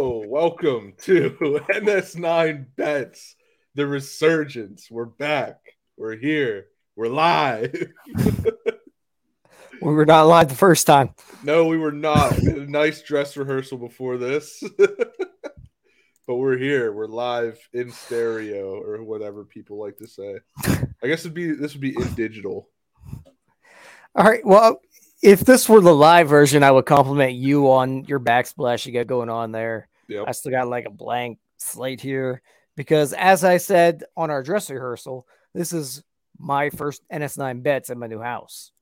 Welcome to NS9 Bets, the resurgence. We're back. We're here. We're live. We were not live the first time. no, we were not. We had a nice dress rehearsal before this. but we're here. We're live in stereo or whatever people like to say. I guess it'd be this would be in digital. All right. Well, if this were the live version, I would compliment you on your backsplash you got going on there. Yep. I still got like a blank slate here because, as I said on our dress rehearsal, this is my first NS9 bets in my new house.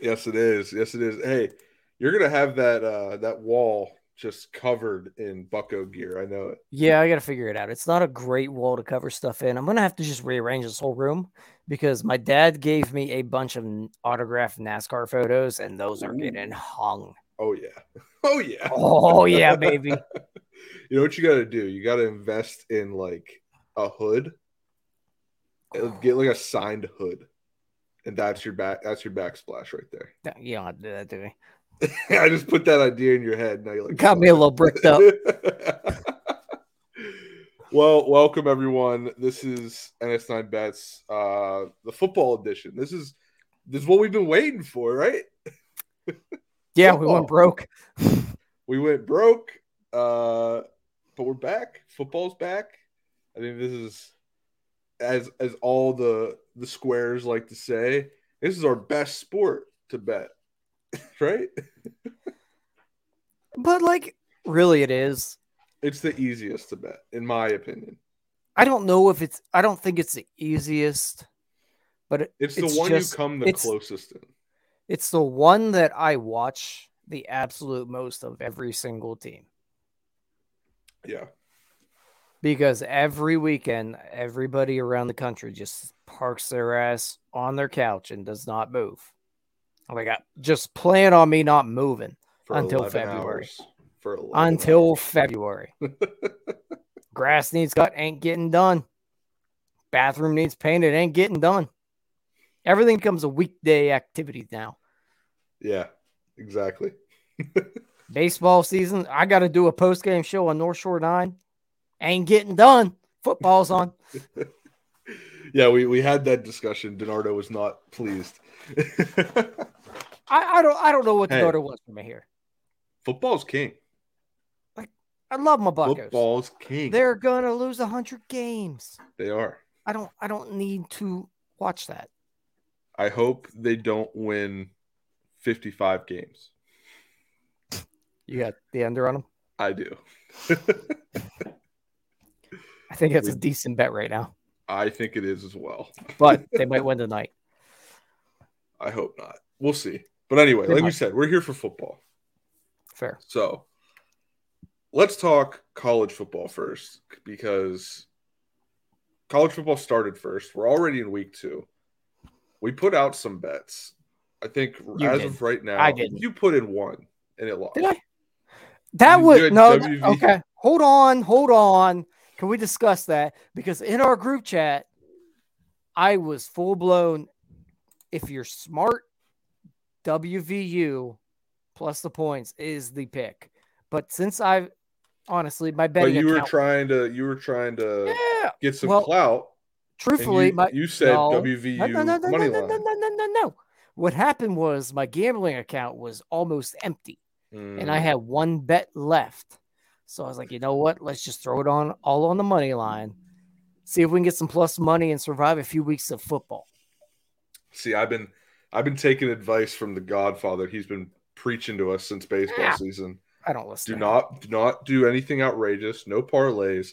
Yes, it is. Yes, it is. Hey, you're gonna have that uh that wall just covered in bucko gear. I know it. Yeah, I got to figure it out. It's not a great wall to cover stuff in. I'm going to have to just rearrange this whole room because my dad gave me a bunch of autographed NASCAR photos, and those are Ooh. getting hung. Oh yeah. Oh yeah. Oh, yeah, baby. You know what you got to do? You got to invest in like a hood. Uh, Get like a signed hood, and that's your back. That's your backsplash right there. No, You don't have to do that to me. I just put that idea in your head. Now you like Got me a little bricked up. well, welcome everyone. This is NS9 Bets, uh, the football edition. This is this is what we've been waiting for, right? Yeah, we Oh. went broke. we went broke, uh, but we're back. Football's back. I think this is as as all the the squares like to say, this is our best sport to bet, right? But like really it is. It's the easiest to bet, in my opinion. I don't know if it's I don't think it's the easiest, but it, It's the It's one just- you come the it's- closest in. it's the one that I watch the absolute most of every single team Yeah, because every weekend everybody around the country just parks their ass on their couch and does not move. Like I, just plan on me not moving Until 11 February. hours. For 11 until hours. February. Grass needs cut, ain't getting done. Bathroom needs painted, ain't getting done. Everything becomes a weekday activity now. yeah, exactly. Baseball season, I got to do a post game show on North Shore Nine, ain't getting done. Football's on. Yeah, we, we had that discussion. Donardo was not pleased. I, I don't I don't know what the Hey. order was from here. Football's king. I love my Buckos. Football's king. They're gonna lose hundred games. They are. I don't I don't need to watch that. I hope they don't win 55 games. You got the under on them. I do. I think that's a decent bet right now, I think it is as well. but they might win tonight. I hope not. We'll see. But anyway, They like we might. said, we're here for football. Fair. So let's talk college football first because college football started first. We're already in week two. We put out some bets. I think You as did. of right now, I didn't. you put in one and it lost. Did I? That You was did no. WV. Okay, hold on, hold on. Can we discuss that? Because in our group chat, I was full blown. If you're smart, WVU plus the points is the pick. But since I've honestly my But betting you were account, trying to you were trying to yeah, get some Well, clout And truthfully, you, my you said no. WVU no, no, no, no, no, money no, line. no, no, no, no, no. What happened was my gambling account was almost empty. and I Mm, had one bet left. So I was like, you know what? Let's just throw it on all on the money line. See if we can get some plus money and survive a few weeks of football. see, I've been I've been taking advice from the Godfather. He's been preaching to us since baseball Ah. season. I don't listen. Do to him. not do not do anything outrageous. No parlays.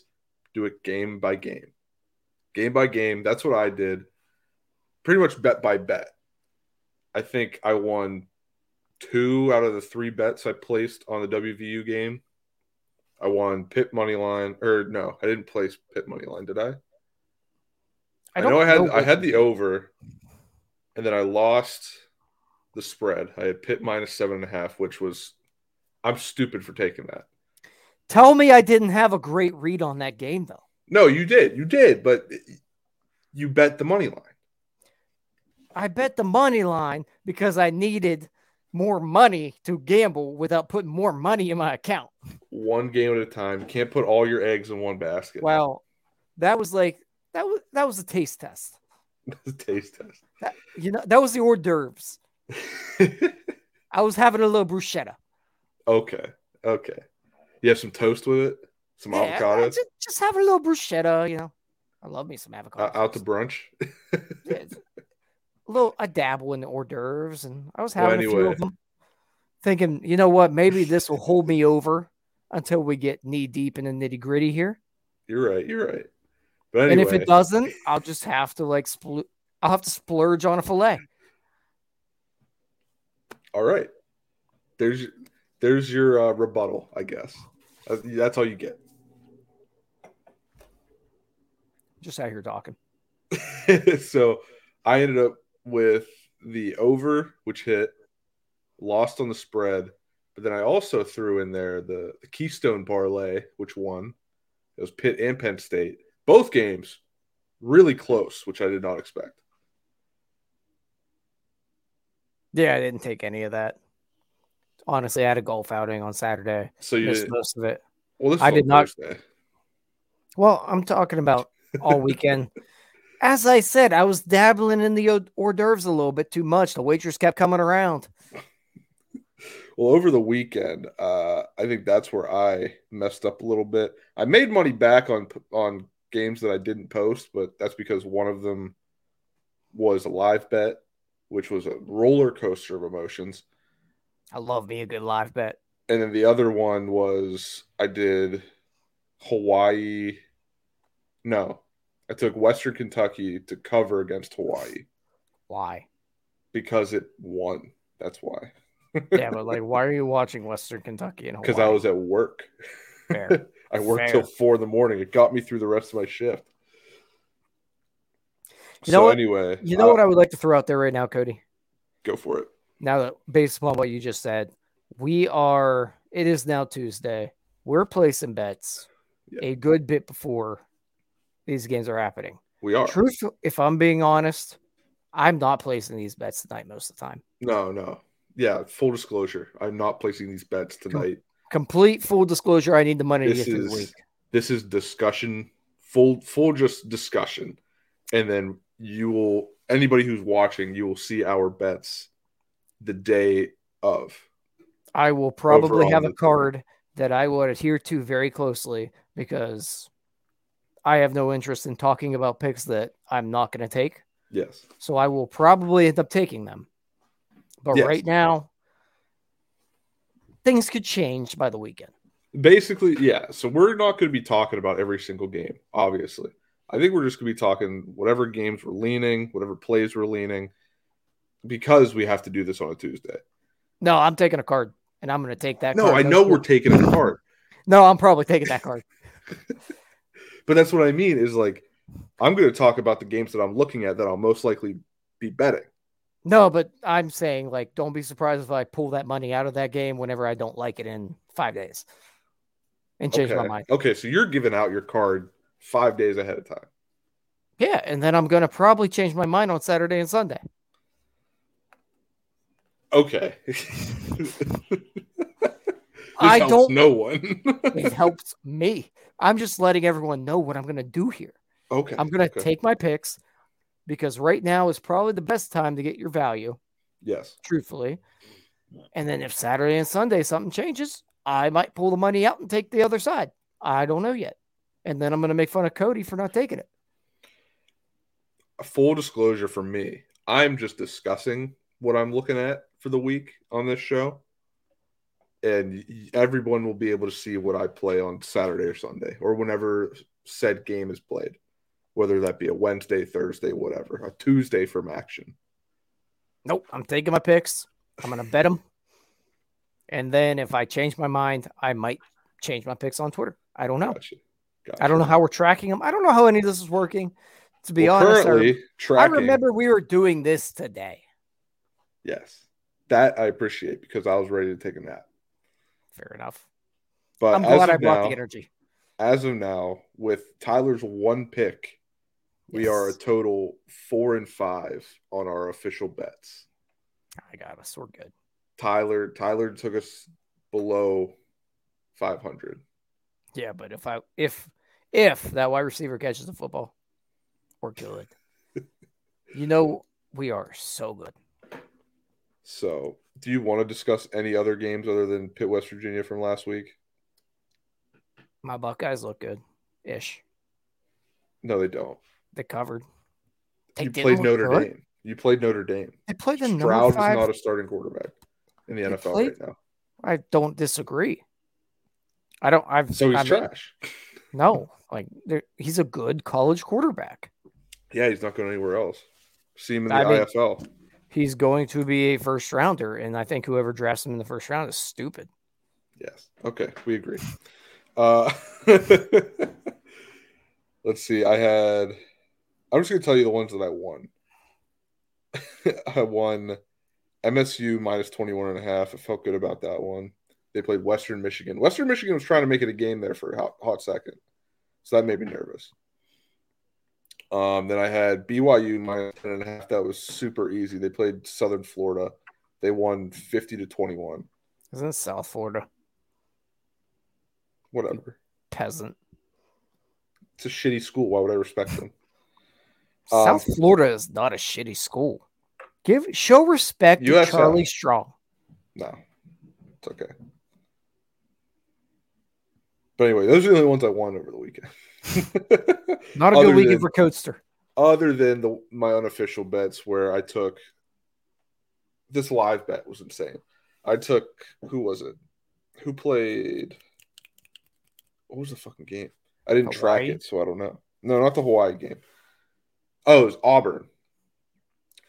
Do it game by game, game by game. That's what I did. Pretty much bet by bet. I think I won two out of the three bets I placed on the WVU game. I won Pitt money line, or no, I didn't place Pitt money line, did I? I, don't know I had I what- had the over, and then I lost the spread. I had Pitt minus seven and a half, which was I'm stupid for taking that. Tell me I didn't have a great read on that game though. No, you did, you did, but you bet the money line. I bet the money line because I needed more money to gamble without putting more money in my account. One game at a time. Can't put all your eggs in one basket. Well, that was like that was that was a taste test. Taste test. That, you know, that was the hors d'oeuvres. I was having a little bruschetta. okay. Okay. You have some toast with it, some Yeah, I- I avocado just, just have a little bruschetta, you know. I love me some avocado. uh, out to brunch. Yeah, it's- a little I dabble in the hors d'oeuvres and I was having a few anyway. of them thinking, you know what, maybe this will hold me over until we get knee deep in the nitty gritty here. You're right. You're right. But anyway, And if it doesn't, I'll just have to like spl- I'll have to splurge on a fillet. all right. There's there's your uh, rebuttal, I guess. That's, that's all you get. Just out here talking. so I ended up with the over, which hit, lost on the spread, but then I also threw in there the, the Keystone parlay, which won. It was Pitt and Penn State. Both games really close, which I did not expect. Yeah, I didn't take any of that. Honestly, I had a golf outing on Saturday. So you Missed didn't, most of it. well, this I was on did not- Thursday. Well, I'm talking about all weekend. As I said, I was dabbling in the hors- hors d'oeuvres a little bit too much. The waitress kept coming around. Well, over the weekend, uh, I think that's where I messed up a little bit. I made money back on on games that I didn't post, but that's because one of them was a live bet, which was a roller coaster of emotions, I love me a good live bet. and then the other one was I did Hawaii. No, I took Western Kentucky to cover against Hawaii Why? because it won. That's why. Yeah, but like, why are you watching Western Kentucky and Hawaii? Because I was at work. Fair. I worked Fair. till four in the morning. It got me through the rest of my shift. so You know what- anyway, You know what I would like to throw out there right now, Cody? go for it. Now that based upon what you just said, we are. It is now Tuesday. We're placing bets Yeah. a good bit before these games are happening. We are Truth, if I'm being honest, I'm not placing these bets tonight most of the time. no, no, yeah. Full disclosure, I'm not placing these bets tonight. Complete full disclosure, I need the money This to get through the is- week. This is discussion, full, full, just discussion, and then you will. Anybody who's watching, you will see our bets the day of. I will probably overall have a this- card that I will adhere to very closely because I have no interest in talking about picks that I'm not going to take. Yes, So I will probably end up taking them. But Yes. right now, things could change by the weekend. basically, yeah. So we're not going to be talking about every single game, obviously. I think we're just going to be talking whatever games we're leaning, whatever plays we're leaning, because we have to do this on a Tuesday. No, I'm taking a card and I'm going to take that No, card. I no know we're screw- taking it apart, No, I'm probably taking that card. but that's what I mean is like I'm going to talk about the games that I'm looking at that I'll most likely be betting. No, but I'm saying like don't be surprised if I pull that money out of that game whenever I don't like it in 5 days and change okay. my mind. Okay, so you're giving out your card five days ahead of time. Yeah, and then I'm gonna probably change my mind on Saturday and Sunday. Okay. I helps don't- No one. It helps me. I'm just letting everyone know what I'm gonna do here. okay. I'm gonna okay. take my picks because right now is probably the best time to get your value, Yes. truthfully. And then if Saturday and Sunday something changes, I might pull the money out and take the other side. I don't know yet. And then I'm gonna make fun of Cody for not taking it. full disclosure for me, I'm just discussing what I'm looking at for the week on this show. And y- everyone will be able to see what I play on Saturday or Sunday or whenever said game is played, whether that be a Wednesday, Thursday, whatever, a Tuesday from action. Nope, I'm taking my picks. I'm gonna bet them. And then if I change my mind, I might change my picks on Twitter. I don't know. Gotcha. Gotcha. I don't know how we're tracking them. I don't know how any of this is working. To be Well, honest, I rem- currently I, tracking. remember we were doing this today. Yes. That I appreciate because I was ready to take a nap. Fair enough. But I'm Uh, as glad of I brought now, the energy. as of now, with Tyler's one pick We are a Yes. total four and five on our official bets. I got us. We're good. Tyler. Tyler took us below 500. Yeah, but if I if if that wide receiver catches the football, we're good. you know we are so good. So, do you want to discuss any other games other than Pitt, West Virginia from last week? My Buckeyes look good, ish. No, they don't. They covered. They you didn't played look Notre good. Dame. You played Notre Dame. They played the number Stroud five. is not a starting quarterback in the They NFL played- right now. I don't disagree. I don't. I've So he's I've- trash. No, like there- he's a good college quarterback. Yeah, he's not going anywhere else. See him in the I mean- IFL. He's going to be a first rounder, and I think whoever drafts him in the first round is stupid. Yes. Okay, we agree. Uh, let's see. I had. I'm just going to tell you the ones that I won. I won MSU minus 21 and a half. I felt good about that one. They played Western Michigan. Western Michigan was trying to make it a game there for a hot, hot second. So that made me nervous. Um, then I had BYU minus 10 and a half. That was super easy. They played Southern Florida. They won 50 to 21. Isn't South Florida Whatever. peasant? It's a shitty school. Why would I respect them? Um, South Florida is not a shitty school. Give show respect to USF. Charlie Strong. No, it's okay. But anyway, those are the only ones I won over the weekend. Not a Other good weekend than- for Coatster. Other than the my unofficial bets, where I took this live bet was insane. I took who was it? Who played? What was the fucking game? I didn't track Hawaii? it, so I don't know. No, not the Hawaii game. Oh, it was Auburn.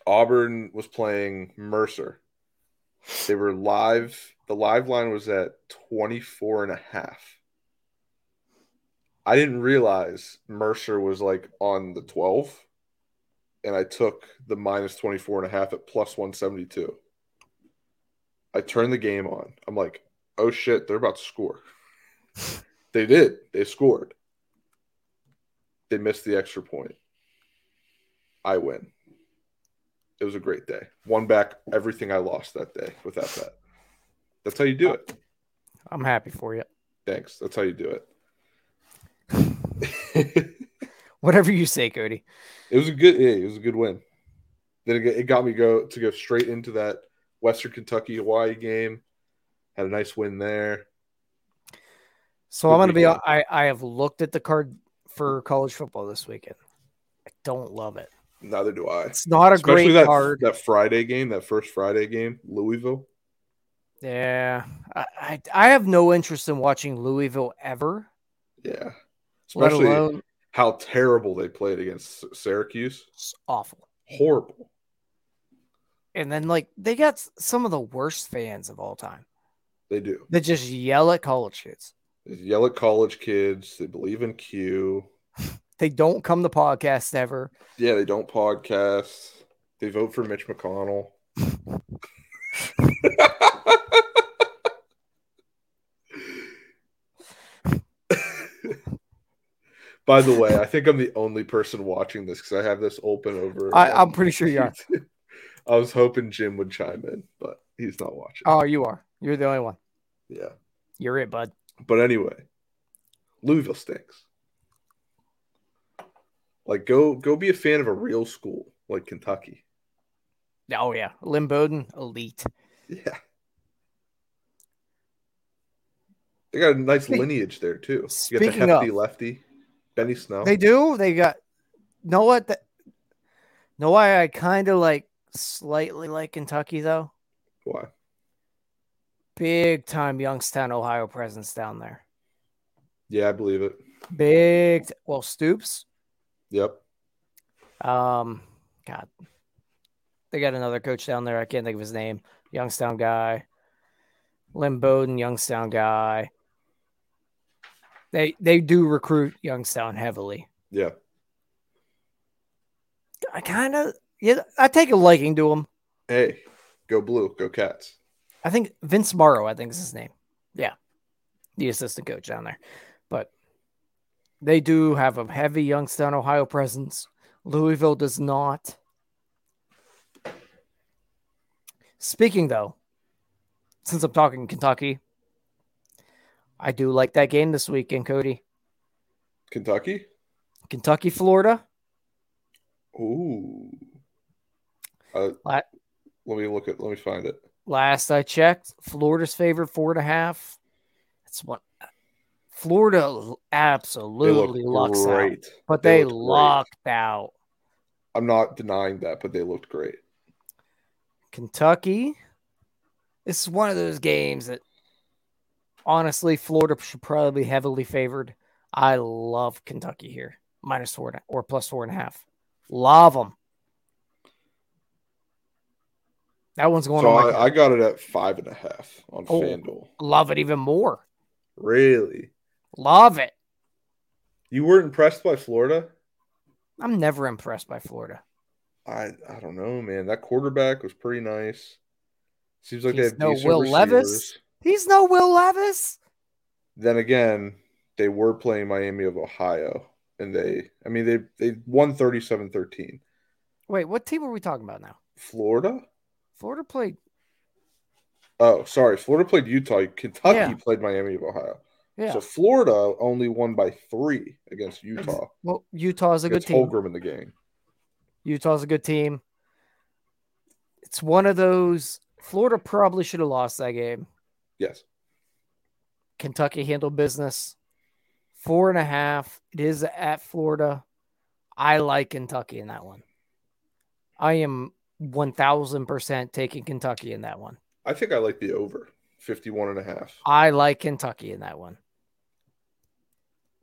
Auburn was playing Mercer. They were live. The live line was at 24 and a half. I didn't realize Mercer was like on the 12, and I took the minus 24 and a half at plus 172. I turned the game on. I'm like, oh shit, they're about to score. they did. They scored. They missed the extra point. I win. It was a great day. Won back everything I lost that day with that bet. That's how you do it. I'm happy for you. Thanks. That's how you do it. Whatever you say, Cody. It was a good. Yeah, it was a good win. Then it, got- it got me go to go straight into that Western Kentucky Hawaii game. Had a nice win there. So Good I'm going to be. weekend. I I have looked at the card for college football this weekend. I don't love it. Neither do I. It's not a Especially great that card. that Friday game, that first Friday game, Louisville. Yeah, I, I I have no interest in watching Louisville ever. Yeah, Let especially alone how terrible they played against S- Syracuse. it's awful. Horrible. And then like they got s- some of the worst fans of all time They do. that just yell at college kids. They yell at college kids. They believe in Q. They don't come to podcasts ever. Yeah, they don't podcast. They vote for Mitch McConnell. By the way, I think I'm the only person watching this because I have this open over. I, on I'm pretty sure you are. YouTube. I was hoping Jim would chime in, but he's not watching. Oh, you are. You're the only one. Yeah. You're it, bud. But anyway, Louisville stinks. Like go go be a fan of a real school like Kentucky. Oh yeah, Lynn Bowden, elite. Yeah. They got a nice Speak- lineage there too. You got the speaking hefty of- lefty, Benny Snow. They do. They got. Know what? The, know why I kind of like slightly like Kentucky though. Why? Big time Youngstown, Ohio presence down there. Yeah, I believe it. Big. t- Well, Stoops. Yep. Um, God, they got another coach down there. I can't think of his name. Youngstown guy, Lynn Bowden, Youngstown guy. They they do recruit Youngstown heavily. Yeah. I kind of yeah, I take a liking to him. Hey, go blue, go cats. I think Vince Morrow, I think is his name. Yeah, the assistant coach down there, but they do have a heavy Youngstown, Ohio presence. Louisville does not. Speaking though, since I'm talking Kentucky, I do like that game this weekend, Cody. Kentucky? Kentucky, Florida. Ooh. Uh, La- let me look at. Let me find it. Last I checked, Florida's favored four and a half. That's what Florida They look absolutely lucks out, great. but They they, looked great. locked out I'm not denying that, but they looked great. Kentucky. This is one of those games that honestly Florida should probably be heavily favored. I love Kentucky here, minus four and a- or plus four and a half. Love them. That one's going So on. my- I, I got it at five and a half on Oh. FanDuel. love it even more. Really? Love it. You weren't impressed by Florida? I'm never impressed by Florida. I I don't know, man. That quarterback was pretty nice. Seems like He's they have no decent Will receivers. Levis. He's no Will Levis. Then again, they were playing Miami of Ohio, and they I mean they they won 37-13. Wait, what team are we talking about now? Florida? Florida played. Oh, sorry. Florida played Utah. Kentucky Yeah. played Miami of Ohio. Yeah. So Florida only won by three against Utah. well, Utah's a good It's team. Holgram in the game. Utah's a good team. It's one of those. Florida probably should have lost that game. Yes. Kentucky handled business. Four and a half. It is at Florida. I like Kentucky in that one. I am 1000% taking Kentucky in that one. I think I like the over 51 and a half. I like Kentucky in that one.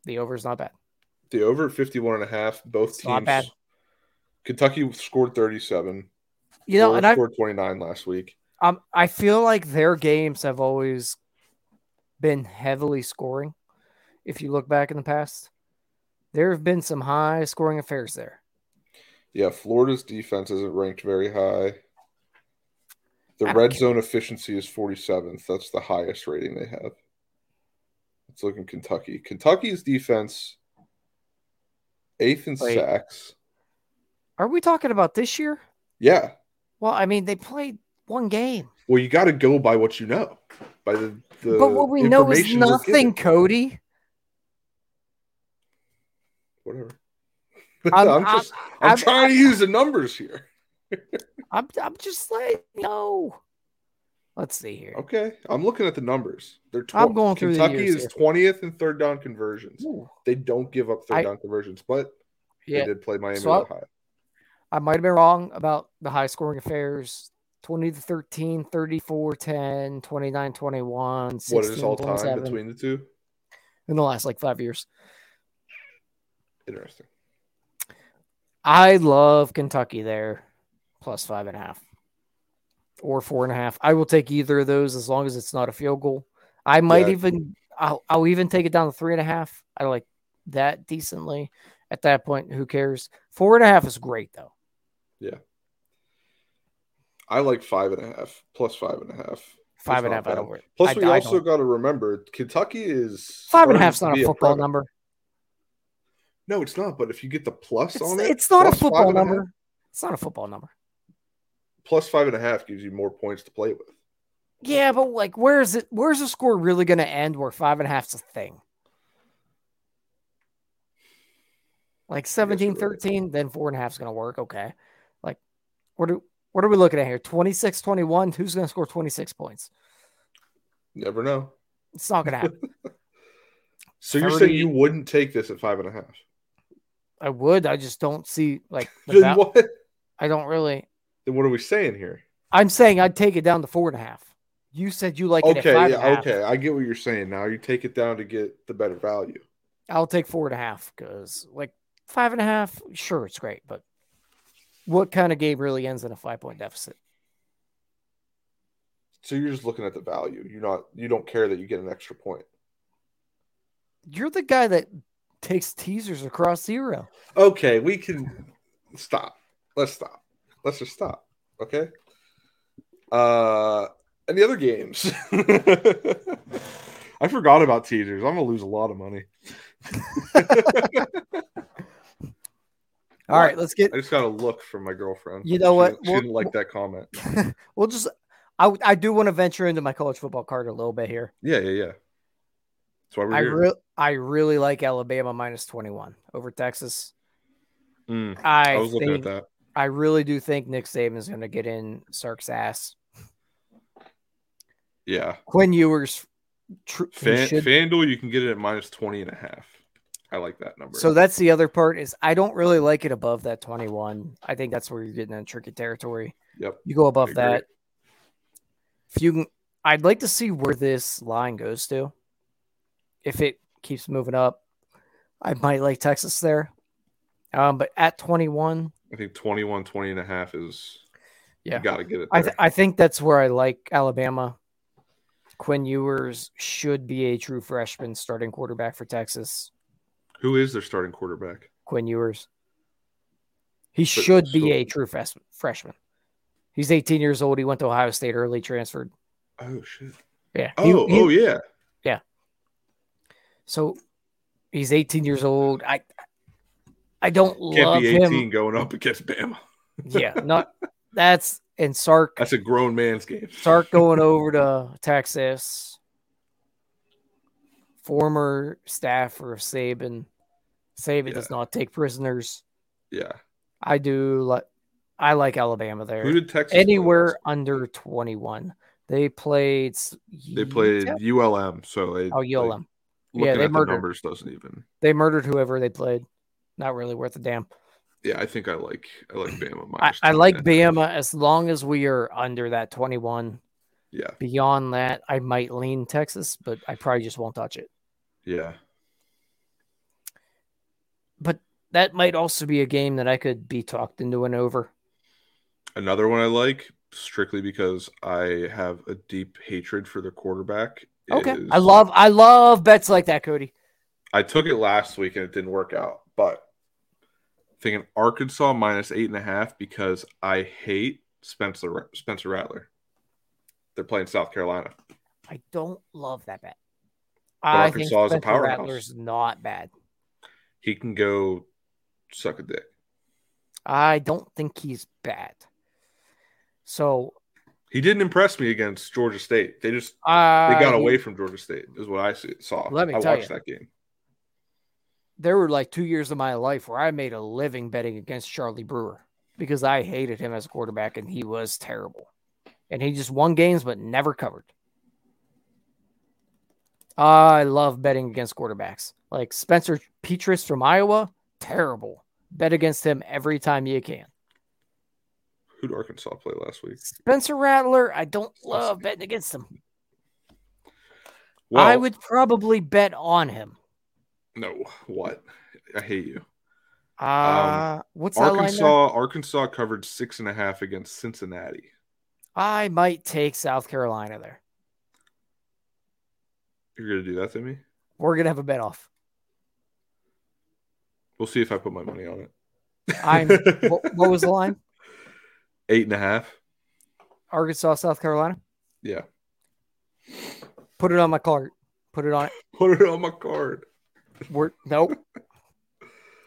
The over is not bad. The over 51 and a half. Both It's not teams. bad. Kentucky scored 37. You know, Florida and I scored 29 last week. um, I feel like their games have always been heavily scoring. If you look back in the past, there have been some high scoring affairs there. Yeah, Florida's defense isn't ranked very high. The I red can't- zone efficiency is 47th. That's the highest rating they have. Let's look in Kentucky. Kentucky's defense, eighth in Wait. sacks. Are we talking about this year? Yeah. Well, I mean, they played one game, Well, you got to go by what you know, by the, the but what we know is information we're nothing, given. Cody. Whatever. I'm- I'm, just I'm, I'm- trying to use the numbers here. I'm, I'm just like, no. Let's see here. Okay, I'm looking at the numbers. They're tw- I'm going through the Kentucky years is here. twentieth and third down conversions. Ooh, They don't give up third I- down conversions, but yeah, they did play Miami So I- of Ohio. I might have been wrong about the high scoring affairs 20 to 13, 34 10, 29 21, What is all time 27, between the two? in the last like five years. Interesting. I love Kentucky there, plus five and a half or four and a half. I will take either of those as long as it's not a field goal. I might Yeah. even, I'll, I'll even take it down to three and a half. I like that decently. At that point, who cares? Four and a half is great though. I like five and a half plus five and a half. Five and a not half, I bad. don't worry. Plus, I- we I also don't- got to remember Kentucky is five and a rumored half's to not be a football private- number. No, it's not. But if you get the plus It's, on it, it's not a plus five football and half- number. it's not a football number. plus five and a half gives you more points to play with. Yeah, but like, where is it? Where's the score really going to end? Where five and a half's a thing? Like you're right. 17 13, then four and a half's going to work. Okay. Like, what do what are we looking at here? 26 21. Who's going to score 26 points? Never know. It's not going to happen. So you're saying 30 you wouldn't take this at five and a half? I would. I just don't see, like, the Then val- what? I don't really. Then what are we saying here? I'm saying I'd take it down to four and a half. You said you like it at okay, five and a yeah, half. okay. I get what you're saying. Now you take it down to get the better value. I'll take four and a half because like five and a half, sure, it's great, but what kind of game really ends in a five point deficit? So you're just looking at the value. You're not. You don't care that you get an extra point. You're the guy that takes teasers across zero. Okay, we can stop. Let's stop. Let's just stop. Okay. Uh, any other games? I forgot about teasers. I'm gonna lose a lot of money. All What? right, let's get I just got a look from my girlfriend. You know She what? didn't- She We'll- didn't like that comment. we'll just I w- I do want to venture into my college football card a little bit here. Yeah, yeah, yeah. That's why we're I here. re- I really like Alabama minus 21 over Texas. Mm, I, I was looking at think, that. I really do think Nick Saban is going to get in Sark's ass. Yeah. Quinn Ewers tr- he Fan, should- FanDuel, you can get it at minus 20 and a half. I like that number. So that's the other part is I don't really like it above that 21. I think that's where you're getting in tricky territory. yep. You go above agree. that. If you can, I'd like to see where this line goes to. If it keeps moving up, I might like Texas there. Um, but at 21, I think 21, 20 and a half is, Yeah. you got to get it. There. I, th- I think that's where I like Alabama. Quinn Ewers should be a true freshman starting quarterback for Texas. Who is their starting quarterback? Quinn Ewers. He should so- be a true fresh- freshman. He's 18 years old. He went to Ohio State early, transferred. Oh, shit. Yeah. Oh, He- he- oh, yeah. So he's 18 years old. I I don't Can't love be 18 him. going up against Bama. Yeah, not that's and Sark That's a grown man's game. Sark going over to Texas. Former staffer of Saban. Saban Yeah. does not take prisoners. Yeah. I do like I like Alabama there. Who did Texas? play anywhere under 21. They played. s- last? They played Utah? ULM. So they, Oh, Like, ULM. Yeah, looking they at the murdered. numbers doesn't even. they murdered whoever they played. Not really worth a damn. Yeah, I think I like I like Bama. I, minus I 20 like and a half. Bama as long as we are under that 21. Yeah, Beyond that, I might lean Texas, but I probably just won't touch it. yeah. But that might also be a game that I could be talked into an over. Another one I like strictly because I have a deep hatred for the quarterback. Okay, is- I love I love bets like that, Cody. I took it last week and it didn't work out, but thinking Arkansas minus eight and a half because I hate Spencer Spencer Rattler. They're playing South Carolina. I don't love that bet. I think Arkansas is a Spencer powerhouse. Rattler's not bad. He can go suck a dick. I don't think he's bad. So He didn't impress me against Georgia State. They just they I got away from Georgia State is what I see- saw. Uh, Let me I tell watched you. that game. There were like two years of my life where I made a living betting against Charlie Brewer because I hated him as a quarterback and he was terrible, and he just won games but never covered. I love betting against quarterbacks like Spencer Petras from Iowa. Terrible. Bet against him every time you can. Who would Arkansas play last week? Spencer Rattler, I don't love betting against him. Well, I would probably bet on him. no. What? I hate you. Uh, what's that line? there? Um, Arkansas Arkansas covered six and a half against Cincinnati. I might take South Carolina there. You're gonna do that to me? We're gonna have a bet off. We'll see if I put my money on it. I'm. what, what was the line? eight and a half. Arkansas, South Carolina. Yeah. Put it on my card. Put it on it. Put it on my card. We're nope.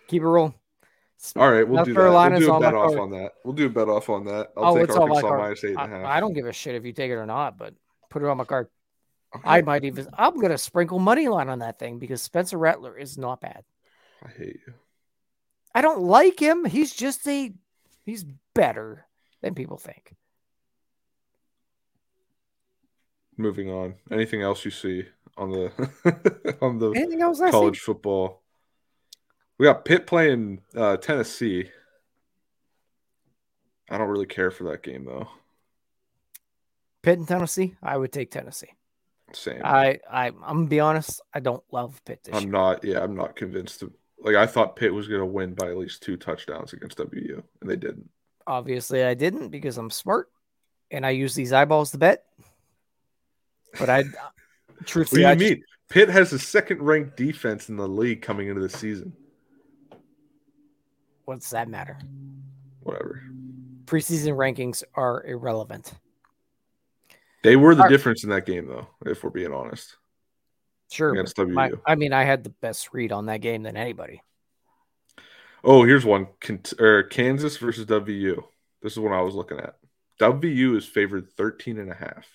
Keep it rolling. All right, we'll South do Carolina's that. We'll on do my a bet off card. on that. We'll do a bet off on that. I'll Oh, take it's on my Arkansas card. minus eight and a half. I, I don't give a shit if you take it or not, but put it on my card. Okay. I might even. I'm gonna sprinkle money line on that thing because Spencer Rattler is not bad. I hate you. I don't like him. He's just a. He's better than people think. Moving on. Anything else you see on the on the Anything else? I see? college football. We got Pitt playing uh, Tennessee. I don't really care for that game though. Pitt and Tennessee. I would take Tennessee. Same. I, I I'm gonna be honest. I don't love Pitt this I'm year. not. Yeah, I'm not convinced. Of, like I thought Pitt was going to win by at least two touchdowns against WU, and they didn't. Obviously, I didn't because I'm smart, and I use these eyeballs to bet. But I, uh, What do truthfully, you I just- mean? Pitt has the second ranked defense in the league coming into the season. what does that matter? Whatever. Preseason rankings are irrelevant. They were the Alright. difference in that game, though, if we're being honest. Sure, Against but my- WU. I mean, I had the best read on that game than anybody. Oh, here's one: Kent- or Kansas versus WU. This is what I was looking at. WU is favored 13 and a half.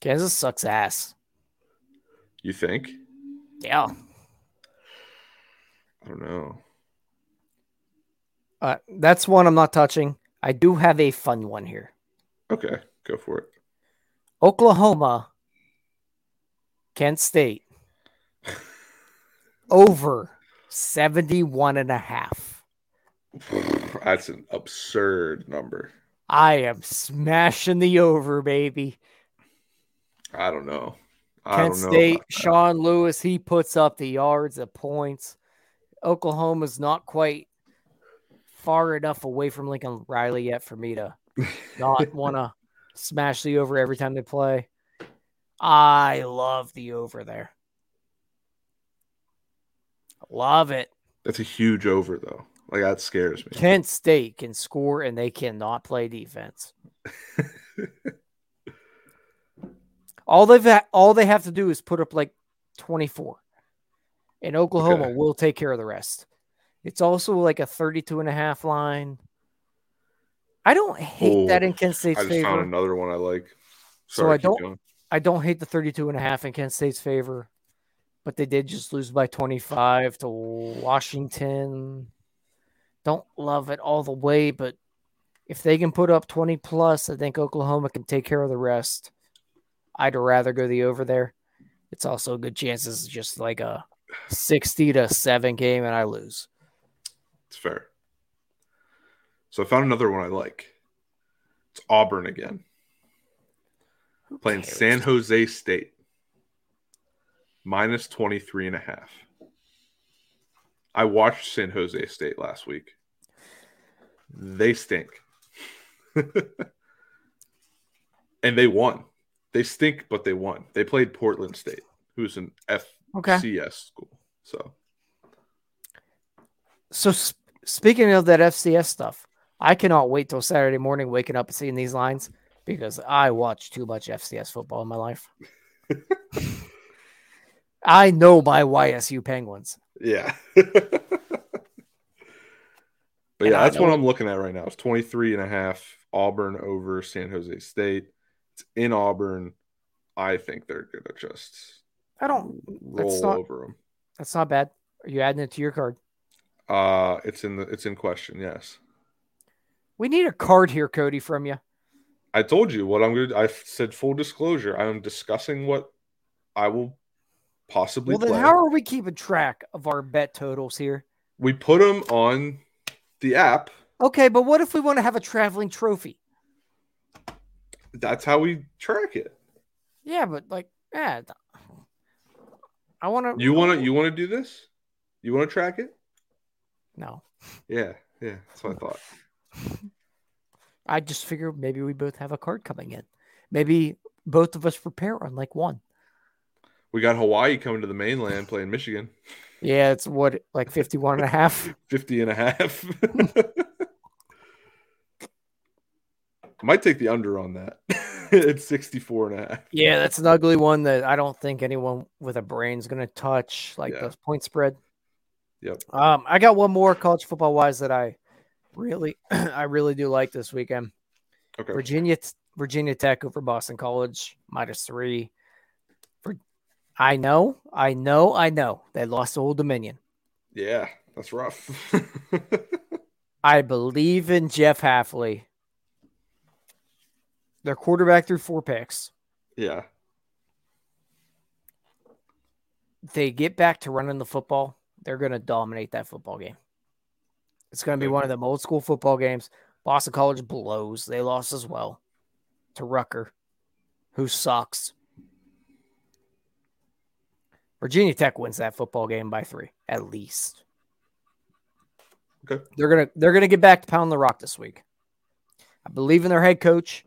Kansas sucks ass. You think? Yeah. I don't know. Uh, that's one I'm not touching. I do have a fun one here. Okay, go for it. Oklahoma, Kent State, over 71 and a half. That's an absurd number. I am smashing the over, baby. I don't know. I Kent don't know. State, about that. Sean Lewis, he puts up the yards, the points. Oklahoma's not quite far enough away from Lincoln Riley yet for me to not want to smash the over every time they play. I love the over there. Love it. That's a huge over though. Like that scares me. Kent State can score and they cannot play defense. all they've ha- all they have to do is put up like 24. And Oklahoma Okay. will take care of the rest. It's also like a 32 and a half line. I don't hate that Oh, in Kent I State's just favor. found another one I like. So Sorry, I keep don't- going. I don't hate the 32 and a half in Kent State's favor, but they did just lose by 25 to Washington. Don't love it all the way, but if they can put up 20 plus, I think Oklahoma can take care of the rest. I'd rather go the over there. It's also a good chance this is just like a 60 to 7 game and I lose. It's fair. So I found another one I like. It's Auburn again. Playing cares? San Jose State. Minus 23 and a half. I watched San Jose State last week. They stink. and they won. They stink, but they won. They played Portland State, who's an Okay. FCS school. So So sp- speaking of that FCS stuff, I cannot wait till Saturday morning waking up and seeing these lines because I watch too much FCS football in my life. I know my YSU Penguins. Yeah. but And yeah, I that's what know- I'm looking at right now. It's 23 and a half Auburn over San Jose State. It's in Auburn. I think they're going to just I don't. roll not- over them. That's not bad. Are you adding it to your card? Uh, it's in the it's in question. Yes. We need a card here, Cody, from you. I told you what I'm going to I said full disclosure. I am discussing what I will possibly Well, then play. how are we keeping track of our bet totals here? we put them on the app. Okay, but what if we want to have a traveling trophy? That's how we track it. Yeah, but like, yeah. th- I want to. You want to you want to do this? You want to track it? No, Yeah, yeah, that's what I thought. I just figure maybe we both have a card coming in. Maybe both of us prepare on like one. We got Hawaii coming to the mainland playing Michigan. Yeah, it's what like 51 and a half. 50 and a half. Might take the under on that. it's 64 and a half. Yeah, that's an ugly one that I don't think anyone with a brain's going to touch, like Yeah. the point spread. Yep. Um, I got one more college football wise that I really, I really do like this weekend. Okay. Virginia, Virginia Tech over Boston College minus three. Vir- I know, I know, I know. They lost to Old Dominion. Yeah, that's rough. I believe in Jeff Halfley. Their quarterback threw four picks. yeah. They get back to running the football. They're going to dominate that football game. It's going to be one of them old school football games. Boston College blows. They lost as well to Rucker, who sucks. Virginia Tech wins that football game by three, at least. Okay. They're gonna they're gonna get back to pound the rock this week. I believe in their head coach.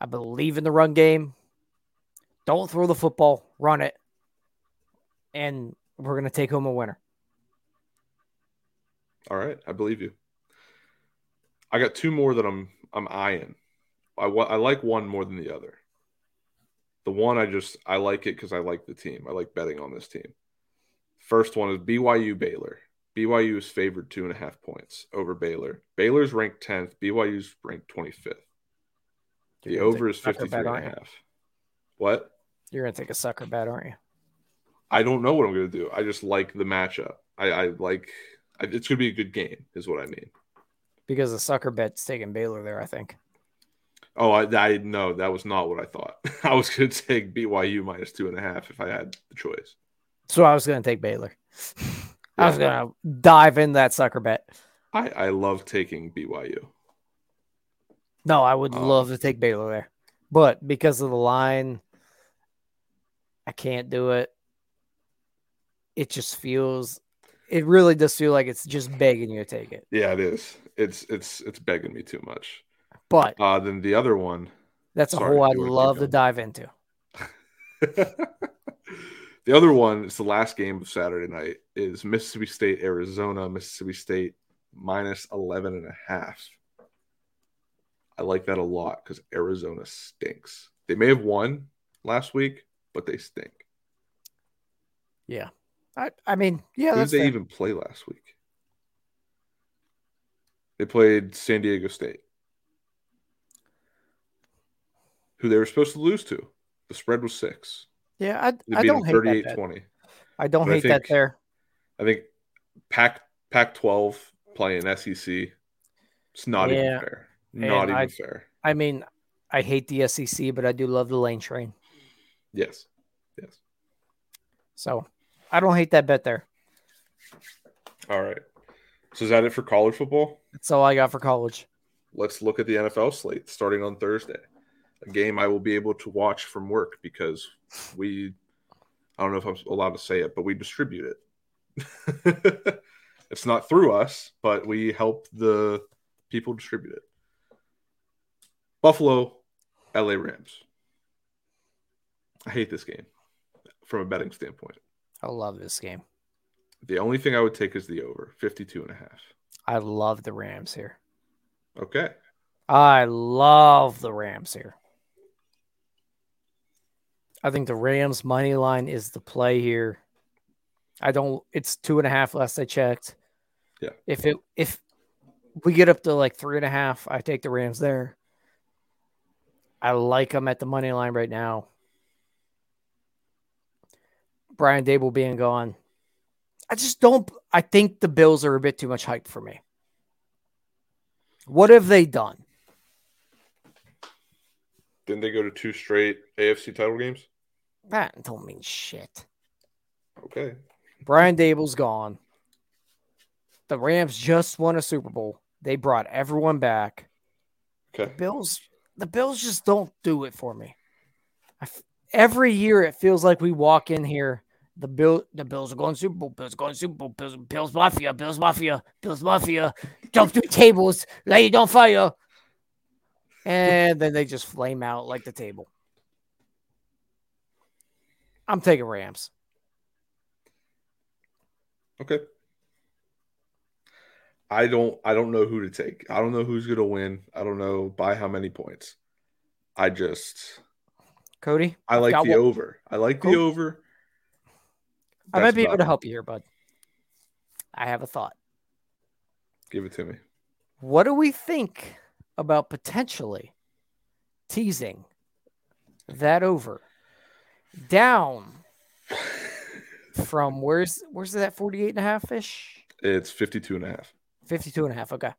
I believe in the run game. Don't throw the football, run it, and we're gonna take home a winner. All right. I believe you. I got two more that I'm I'm eyeing. I wa- I like one more than the other. The one I just I like it because I like the team. I like betting on this team. First one is BYU Baylor. BYU is favored two and a half points over Baylor. Baylor's ranked 10th. BYU's ranked 25th. The You're gonna over take is sucker 53 bet, and a aren't you? half. What? You're gonna take a sucker bet, aren't you? I don't know what I'm going to do. I just like the matchup. I, I like I, it's going to be a good game, is what I mean. Because the sucker bet's taking Baylor there, I think. Oh, I, I no, that was not what I thought. I was going to take BYU minus two and a half if I had the choice. So I was gonna take Baylor. I was Yeah. gonna dive in that sucker bet. I, I love taking BYU. No, I would Oh. love to take Baylor there, but because of the line, I can't do it. It just feels, it really does feel like it's just begging you to take it. Yeah, it is. It's it's it's begging me too much. But Uh, then the other one, that's a Sorry, hole I'd you wanna keep love to going? dive into. the other one is the last game of Saturday night is Mississippi State Arizona Mississippi State minus 11 and a half. I like that a lot because Arizona stinks. They may have won last week, but they stink. I, I mean, yeah, Who did that's they fair. even play last week? They played San Diego State, who they were supposed to lose to. The spread was six. yeah. I, They I beat them don't hate that. 38 bet. 20. I don't but I hate that think- there. I think Pac Pac 12 playing SEC. It's not even Yeah. fair. And Not even I- fair. I mean, I hate the SEC, but I do love the lane train. Yes. Yes. So I don't hate that bet there. All right. So is that it for college football? That's all I got for college. let's look at the NFL slate starting on Thursday. A game I will be able to watch from work because we, I don't know if I'm allowed to say it, but we distribute it. it's not through us, but we help the people distribute it. Buffalo, LA Rams. I hate this game from a betting standpoint. I love this game. The only thing I would take is the over 52 and a half. I love the Rams here. Okay. I love the Rams here. I think the Rams money line is the play here. I don't. It's two and a half last I checked. Yeah. If it if we get up to like three and a half, I take the Rams there. I like them at the money line right now. Brian Dable being gone. I just don't. I think the Bills are a bit too much hype for me. What have they done? Didn't they go to two straight AFC title games? That don't mean shit. Okay. Brian Dable's gone. The Rams just won a Super Bowl. They brought everyone back. Okay. Bills, the Bills just don't do it for me. I f- every year it feels like we walk in here. The bill, the Bills are going to Super Bowl. Bills are going to Super Bowl. Bills, Bills Mafia. Bills Mafia. Bills Mafia. Jump through tables. Lay it on fire. And then they just flame out like the table. I'm taking Rams. Okay. I don't I don't know who to take. I don't know who's gonna win. I don't know by how many points. I just Cody, I like Got the one. over. I like the Cool. over. I might That's be able about to it. help you here, bud. I have a thought. Give it to me. What do we think about potentially teasing that over down from where's where's that 48 and a half ish? It's 52 and a half. 52 and a half. Okay.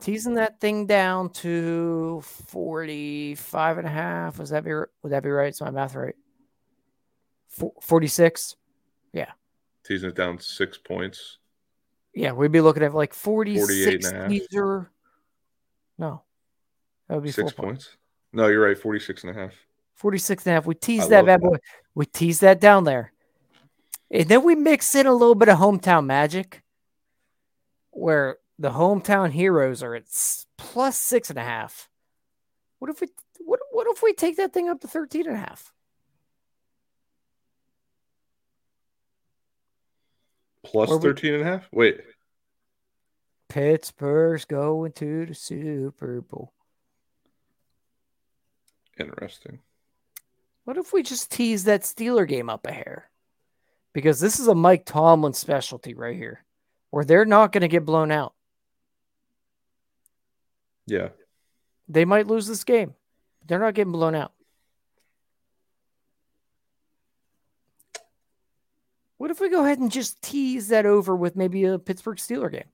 Teasing that thing down to 45 and a half. Was that be, would that be right? Is my math right? Four- 46. Teasing it down six points. Yeah, we'd be looking at like 48 46 and a half. teaser. No. That would be four Six points. points. No, you're right. 46 and a half. 46 and a half. We I tease that love bad that. boy. We tease that down there. And then we mix in a little bit of hometown magic where the hometown heroes are at s- plus six and a half. What if we what what if we take that thing up to 13 and a half? Plus Where we- 13 and a half? Wait. Pittsburgh's going to the Super Bowl. Interesting. What if we just tease that Steeler game up a hair? Because this is a Mike Tomlin specialty right here. where they're not going to get blown out. Yeah. They might lose this game. They're not getting blown out. What if we go ahead and just tease that over with maybe a Pittsburgh Steeler game?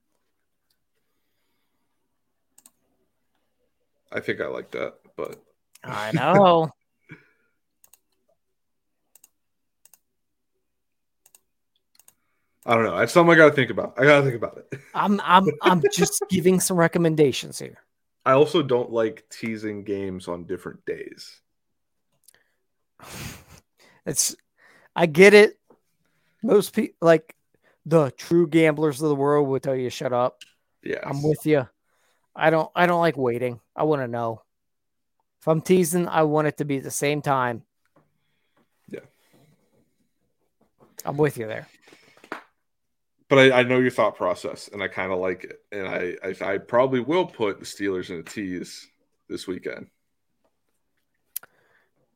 I think I like that, but I know. I don't know. That's something I got to think about. I got to think about it. I'm I'm I'm just giving some recommendations here. I also don't like teasing games on different days. It's I get it. Most people like the true gamblers of the world will tell you shut up. Yeah. I'm with you. I don't I don't like waiting. I want to know. If I'm teasing, I want it to be at the same time. Yeah. I'm with you there. but I, I know your thought process and I kind of like it. And I, I I probably will put the Steelers in a tease this weekend.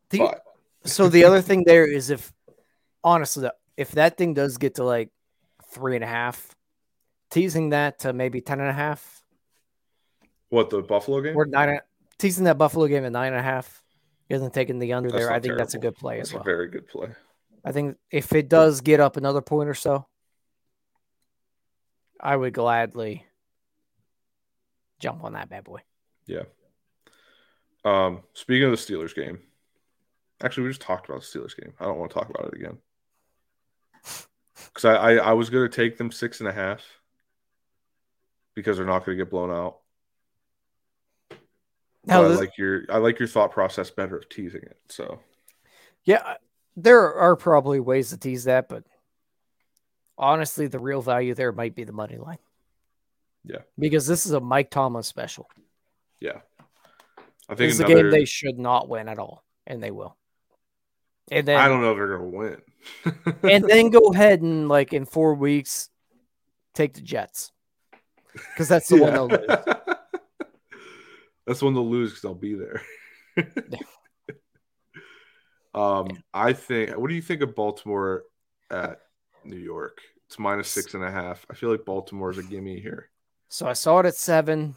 Do you- but so the other thing there is if honestly though, if that thing does get to like three and a half, teasing that to maybe ten and a half what the Buffalo game? or nine teasing that Buffalo game at nine and a half, you're then taking the under That's there. not I think that's a terrible. good play That's as well. a very good play. I think if it does get up another point or so, I would gladly jump on that bad boy. Um, speaking of the Steelers game, actually, we just talked about the Steelers game. I don't want to talk about it again because I, I I was going to take them six and a half because they're not going to get blown out. Now, But I this- like your I like your thought process better of teasing it. So yeah, I- there are probably ways to tease that, but honestly, the real value there might be the money line. Yeah. because this is a Mike Tomlin special. yeah, I think This is a another- game they should not win at all, and they will. And then I don't know if they're going to win. and then go ahead and like in four weeks take the Jets because that's the one they'll lose. That's the one they'll lose because I'll be there. um, I think. What do you think of Baltimore at New York? It's minus six and a half. I feel like Baltimore is a gimme here. So I saw it at seven.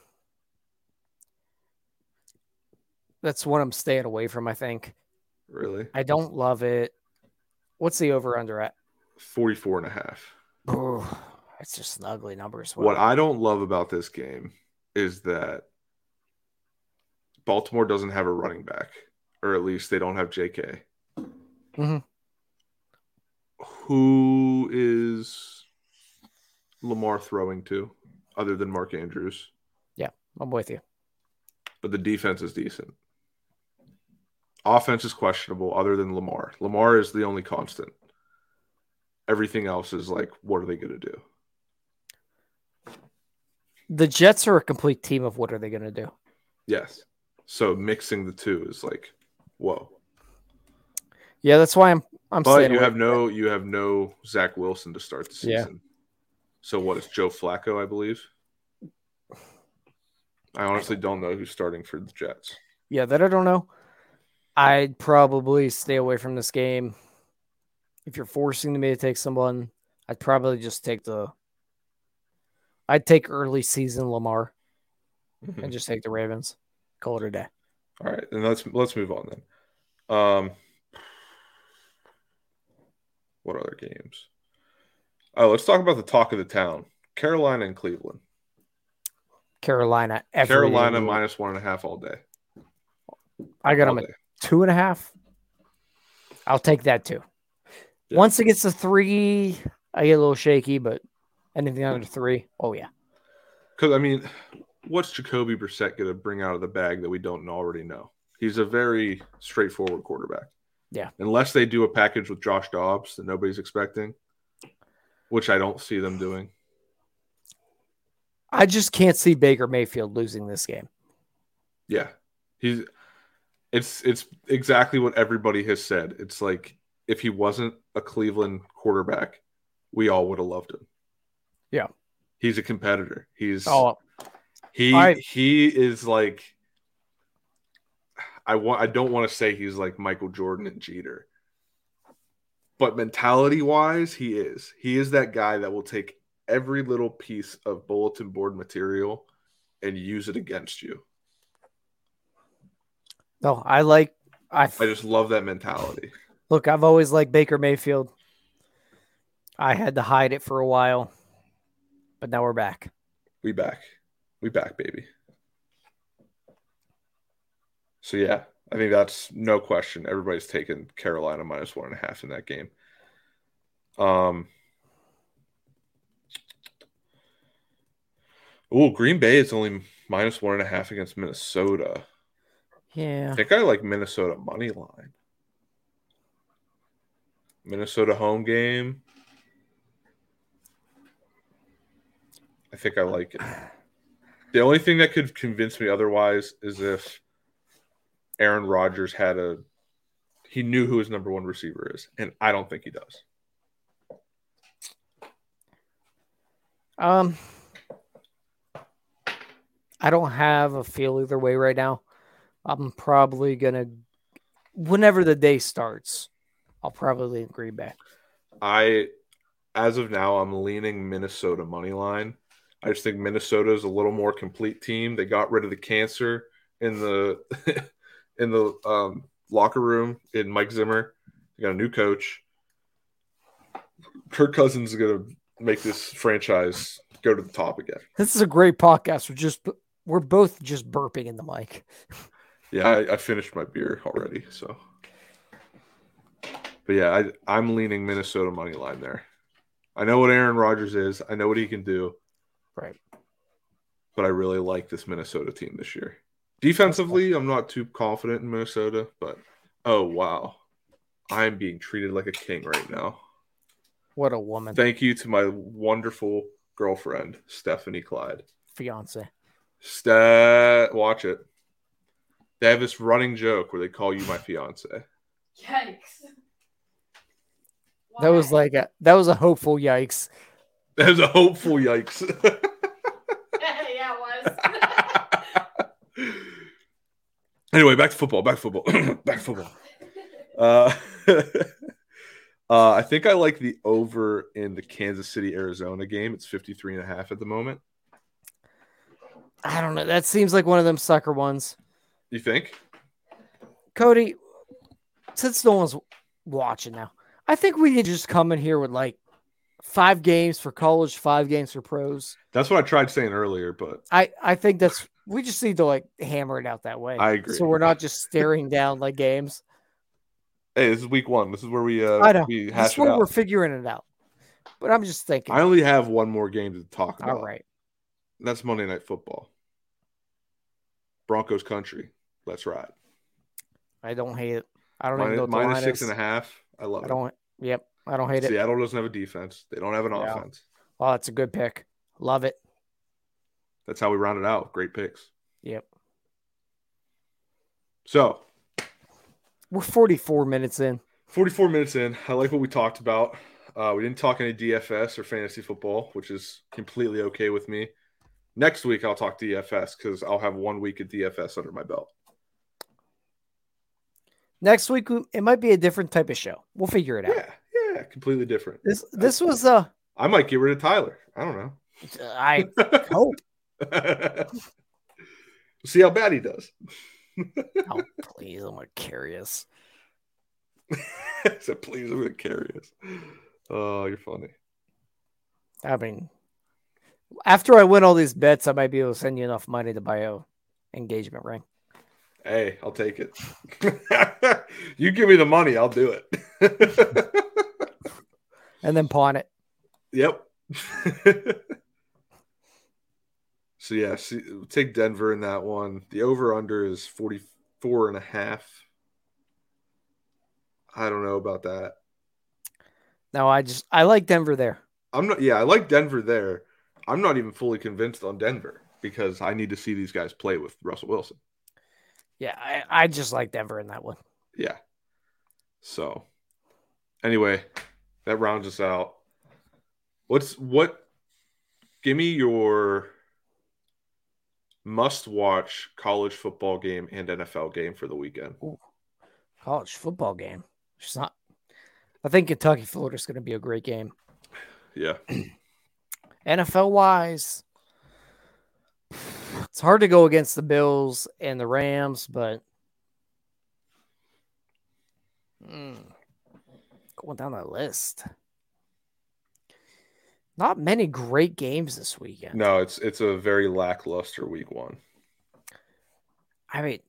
That's one I'm staying away from, I think. Really, I don't love it. What's the over under at? 44 and a half. Ooh, it's just an ugly number as well. What I don't love about this game is that Baltimore doesn't have a running back, or at least they don't have JK. Mhm. Who is Lamar throwing to other than Mark Andrews? I'm with you. But the defense is decent. Offense is questionable other than Lamar. Lamar is the only constant. Everything else is like, what are they going to do? The Jets are a complete team of what are they going to do? Yes. So mixing the two is like, whoa. Yeah, that's why I'm I'm But staying you away have from no you have no Zach Wilson to start the season. Yeah. So what is Joe Flacco, I believe? I honestly don't know who's starting for the Jets. that. Yeah, that I don't know. I'd probably stay away from this game. If you're forcing me to take someone, I'd probably just take the I'd take early season Lamar. Hmm. and just take the Ravens. Call it a day. All right, and let's let's move on then. Um what other games? Oh, let's talk about the talk of the town. Carolina and Cleveland. Carolina. every Carolina day. minus one and a half all day. I got All them at day. two and a half. I'll take that too. Yeah. Once it gets to three, I get a little shaky, but anything under three, oh yeah. Because I mean, what's Jacoby Brissett going to bring out of the bag that we don't already know? He's a very straightforward quarterback. Yeah. Unless they do a package with Josh Dobbs that nobody's expecting, which I don't see them doing. I just can't see Baker Mayfield losing this game. Yeah. He's it's it's exactly what everybody has said. It's like if he wasn't a Cleveland quarterback, we all would have loved him. Yeah. He's a competitor. He's Oh, He All right. he is like I want I don't want to say he's like Michael Jordan and Jeter. But mentality wise, he is. He is that guy that will take every little piece of bulletin board material and use it against you. No, I like I, I just love that mentality. look, I've always liked Baker Mayfield. I had to hide it for a while, but now we're back. We back. We back, baby. So yeah, I think that's no question. Everybody's taking Carolina minus one and a half in that game. Um Oh, Green Bay is only minus one and a half against Minnesota. Yeah. I think I like Minnesota money line. Minnesota home game. I think I like it. The only thing that could convince me otherwise is if Aaron Rodgers had a he knew who his number one receiver is, and I don't think he does. Um I don't have a feel either way right now. I'm probably gonna whenever the day starts, I'll probably agree back. I as of now I'm leaning Minnesota money line. I just think Minnesota is a little more complete team. They got rid of the cancer in the in the um, locker room in Mike Zimmer. They got a new coach. Kirk Cousins is going to make this franchise go to the top again. This is a great podcast. We're just we're both just burping in the mic. Yeah, I, I finished my beer already. So, but yeah, I, I'm leaning Minnesota money line there. I know what Aaron Rodgers is. I know what he can do. Right. but I really like this Minnesota team this year. Defensively, I'm not too confident in Minnesota, but oh wow. I'm being treated like a king right now. What a woman. Thank you to my wonderful girlfriend, Stephanie Clyde. Fiance. Stat watch it. They have this running joke where they call you my fiance. Yikes. That was Why? like a that was a hopeful yikes. That was a hopeful yikes. yeah, it was. anyway, back to football. Back to football. back to football. Uh, uh, I think I like the over in the Kansas City Arizona game. It's 53 and a half at the moment. I don't know. That seems like one of them sucker ones. You think? Cody, since no one's watching now, I think we could just come in here with like five games for college, five games for pros. That's what I tried saying earlier, but I I think that's we just need to like hammer it out that way. I agree. So we're not just staring down like games. hey, this is week one. This is where we I uh know. we That's hash it where we're out. figuring it out. But I'm just thinking. I only have one more game to talk about. all right. That's Monday Night Football. Broncos country. Let's ride. I don't hate it. I don't even know Minus, what the minus line six is. and a half. I love I don't. Yep. I don't it. hate it. Seattle doesn't have a defense. They don't have an Yeah. offense. Oh, that's a good pick. Love it. That's how we round it out. Great picks. Yep. So We're 44 minutes in. 44 minutes in. I like what we talked about. Uh, we didn't talk any DFS or fantasy football, which is completely okay with me. Next week, I'll talk DFS because I'll have one week of DFS under my belt. Next week we- it might be a different type of show. We'll figure it out. Yeah, yeah, completely different. This this was uh, a I might get rid of Tyler. I don't know. I hope. See how bad he does. Oh please, I'm like curious. so please, I'm gonna carry us. Oh, you're funny. I mean, after I win all these bets, I might be able to send you enough money to buy a engagement ring. Hey, I'll take it. you give me the money, I'll do it. And then pawn it. Yep. so yeah, see, take Denver in that one. The over under is 44 and a half. I don't know about that. No, I just I like Denver there. I'm not yeah, I like Denver there. I'm not even fully convinced on Denver because I need to see these guys play with Russell Wilson. Yeah, I, I just like Denver in that one. Yeah. So anyway, that rounds us out. What's what give me your must watch college football game and NFL game for the weekend. College football game. It's not I think Kentucky Florida's gonna be a great game. Yeah. NFL wise, it's hard to go against the Bills and the Rams, but Mm. going down that list, not many great games this weekend. No, it's it's a very lackluster week one. I mean,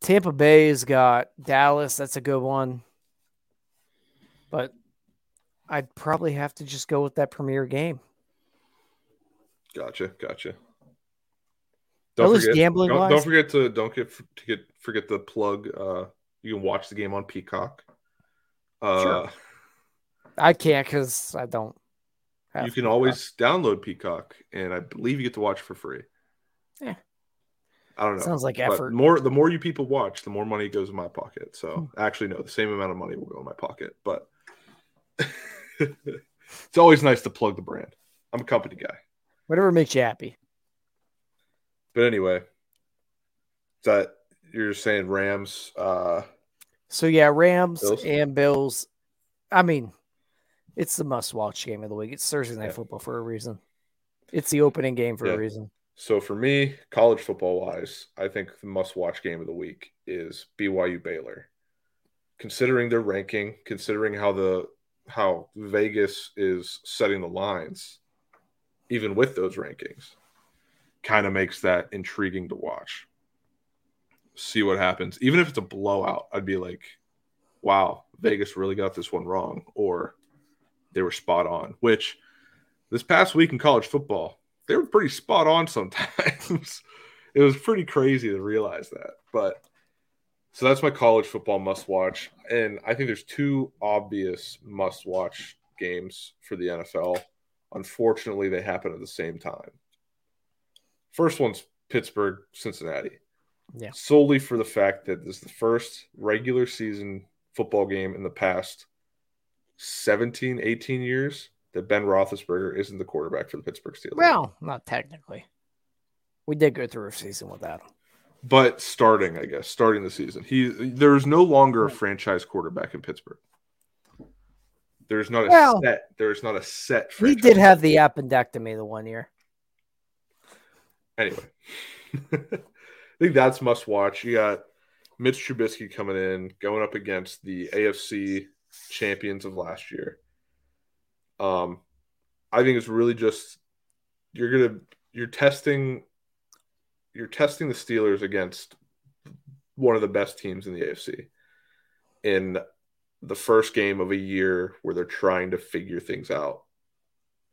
Tampa Bay's got Dallas. That's a good one. But I'd probably have to just go with that premier game. Gotcha, gotcha. At least gambling don't, wise. don't forget to don't get to get forget the plug. Uh, you can watch the game on Peacock. Uh, I can't because I don't. have you can Peacock. always download Peacock, and I believe you get to watch for free. Yeah. I don't know. Sounds like But effort. More the more you people watch, the more money goes in my pocket. So Hmm. actually, no, the same amount of money will go in my pocket. But it's always nice to plug the brand. I'm a company guy. Whatever makes you happy. But anyway, that you're saying Rams. Uh, So yeah, Rams Bills? and Bills. I mean, it's the must-watch game of the week. It's Thursday night Yeah. football for a reason. It's the opening game for Yeah. a reason. so for me, college football wise, I think the must-watch game of the week is BYU Baylor. Considering their ranking, considering how the how Vegas is setting the lines, even with those rankings, kind of makes that intriguing to watch. See what happens. Even if it's a blowout, I'd be like, wow, Vegas really got this one wrong, or they were spot on, which this past week in college football, they were pretty spot on sometimes. it was pretty crazy to realize that. But so that's my college football must watch. And I think there's two obvious must watch games for the NFL. Unfortunately, they happen at the same time. First one's Pittsburgh, Cincinnati. Yeah. Solely for the fact that this is the first regular season football game in the past 17, 18 years that Ben Roethlisberger isn't the quarterback for the Pittsburgh Steelers. Well, not technically. We did go through a season without him. but starting, I guess, starting the season, he there is no longer a franchise quarterback in Pittsburgh. There's not a Well- set. There's not a set. We Franchise. did have the appendectomy the one year. anyway. I think that's must watch. You got Mitch Trubisky coming in, going up against the AFC champions of last year. Um, I think it's really just you're gonna you're testing you're testing the Steelers against one of the best teams in the AFC in the first game of a year where they're trying to figure things out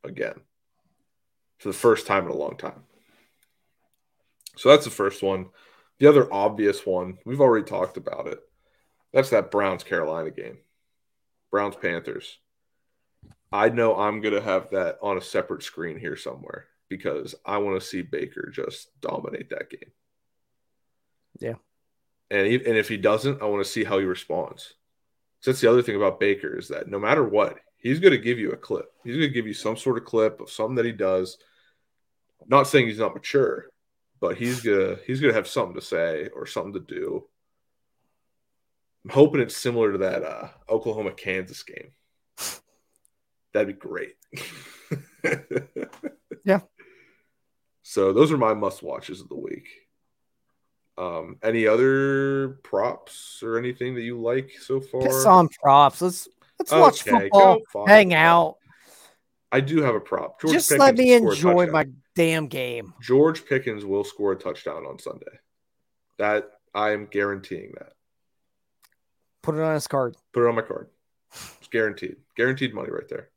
again for the first time in a long time. So that's the first one. The other obvious one, we've already talked about it. That's that Browns Carolina game. Browns Panthers. I know I'm going to have that on a separate screen here somewhere because I want to see Baker just dominate that game. Yeah. And he, and if he doesn't, I want to see how he responds. So that's the other thing about Baker is that no matter what, he's going to give you a clip. He's going to give you some sort of clip of something that he does. Not saying he's not mature, but he's gonna he's gonna have something to say or something to do. I'm hoping it's similar to that uh, Oklahoma Kansas game. That'd be great. Yeah. So those are my must watches of the week. Um, any other props or anything that you like so far? Piss on props. Let's let's watch Okay, go football. find Hang it. out. I do have a prop. just Pickens let me will score a enjoy touchdown. my damn game. George Pickens will score a touchdown on Sunday. That I am guaranteeing that. Put it on his card. Put it on my card. It's guaranteed. Guaranteed money right there.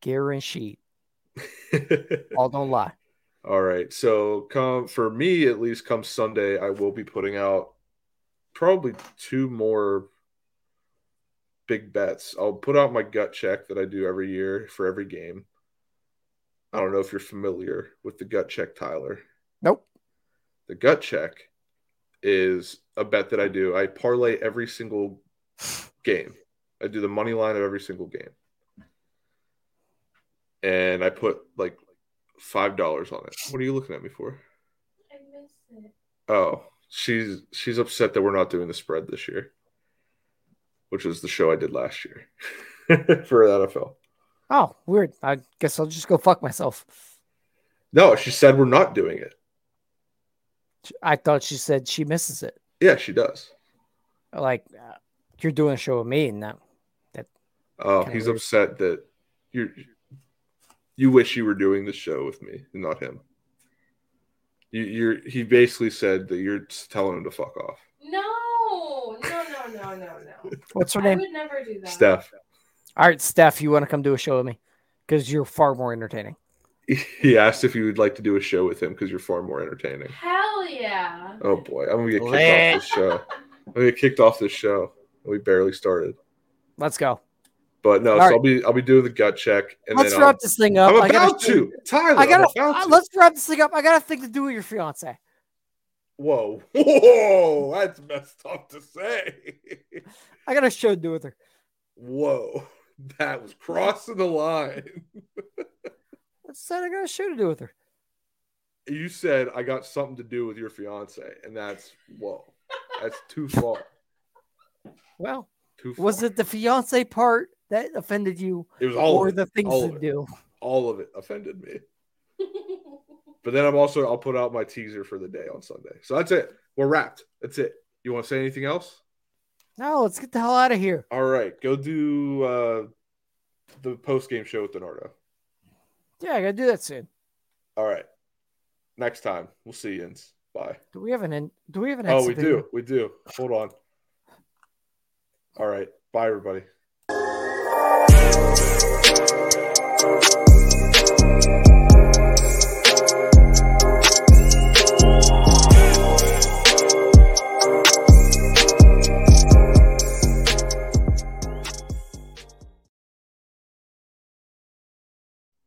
Guaranteed. All don't lie. All right. So come for me at least come Sunday, I will be putting out probably two more big bets. I'll put out my gut check that I do every year for every game. I don't know if you're familiar with the gut check, Tyler. Nope. The gut check is a bet that I do. I parlay every single game. I do the money line of every single game. And I put like five dollars on it. What are you looking at me for? I missed it. Oh, she's she's upset that we're not doing the spread this year, which was the show I did last year for NFL. Oh, weird. I guess I'll just go fuck myself. No, she said we're not doing it. I thought she said she misses it. Yeah, she does. Like, uh, you're doing a show with me, and that Oh, Kinda he's weird. upset that you you wish you were doing the show with me and not him. You, you're he basically said that you're just telling him to fuck off. No, no, no, no, no, no. what's her I name? would never do that. Steph. All right, Steph, you want to come do a show with me because you're far more entertaining. He asked if you would like to do a show with him because you're far more entertaining. Hell yeah. Oh boy, I'm gonna get kicked Lit. off this show. I'm gonna get kicked off this show. We barely started. Let's go. But no, All so right. I'll be I'll be doing the gut check and let's then I'll- wrap this thing up. I'm I about gotta- to Tyler. I gotta. I'm uh, about to. let's wrap this thing up. I got a thing to do with your fiance. Whoa, whoa, that's messed up to say. I got a show to do with her. Whoa, that was crossing the line. I said I got a show to do with her. You said I got something to do with your fiance, and that's whoa, that's too far. Well, Too far. was it the fiance part that offended you, It was all or of it. the things all to of it. do? All of it offended me. But then I'm also I'll put out my teaser for the day on Sunday. So that's it. We're wrapped. That's it. You want to say anything else? No, let's get the hell out of here. All right, go do uh, the post game show with Donardo. Yeah, I gotta do that soon. All right, next time we'll see you. Ins. Bye. Do we have an? in- Do we have an? Oh, exit we video? do. We do. Hold on. All right. Bye, everybody.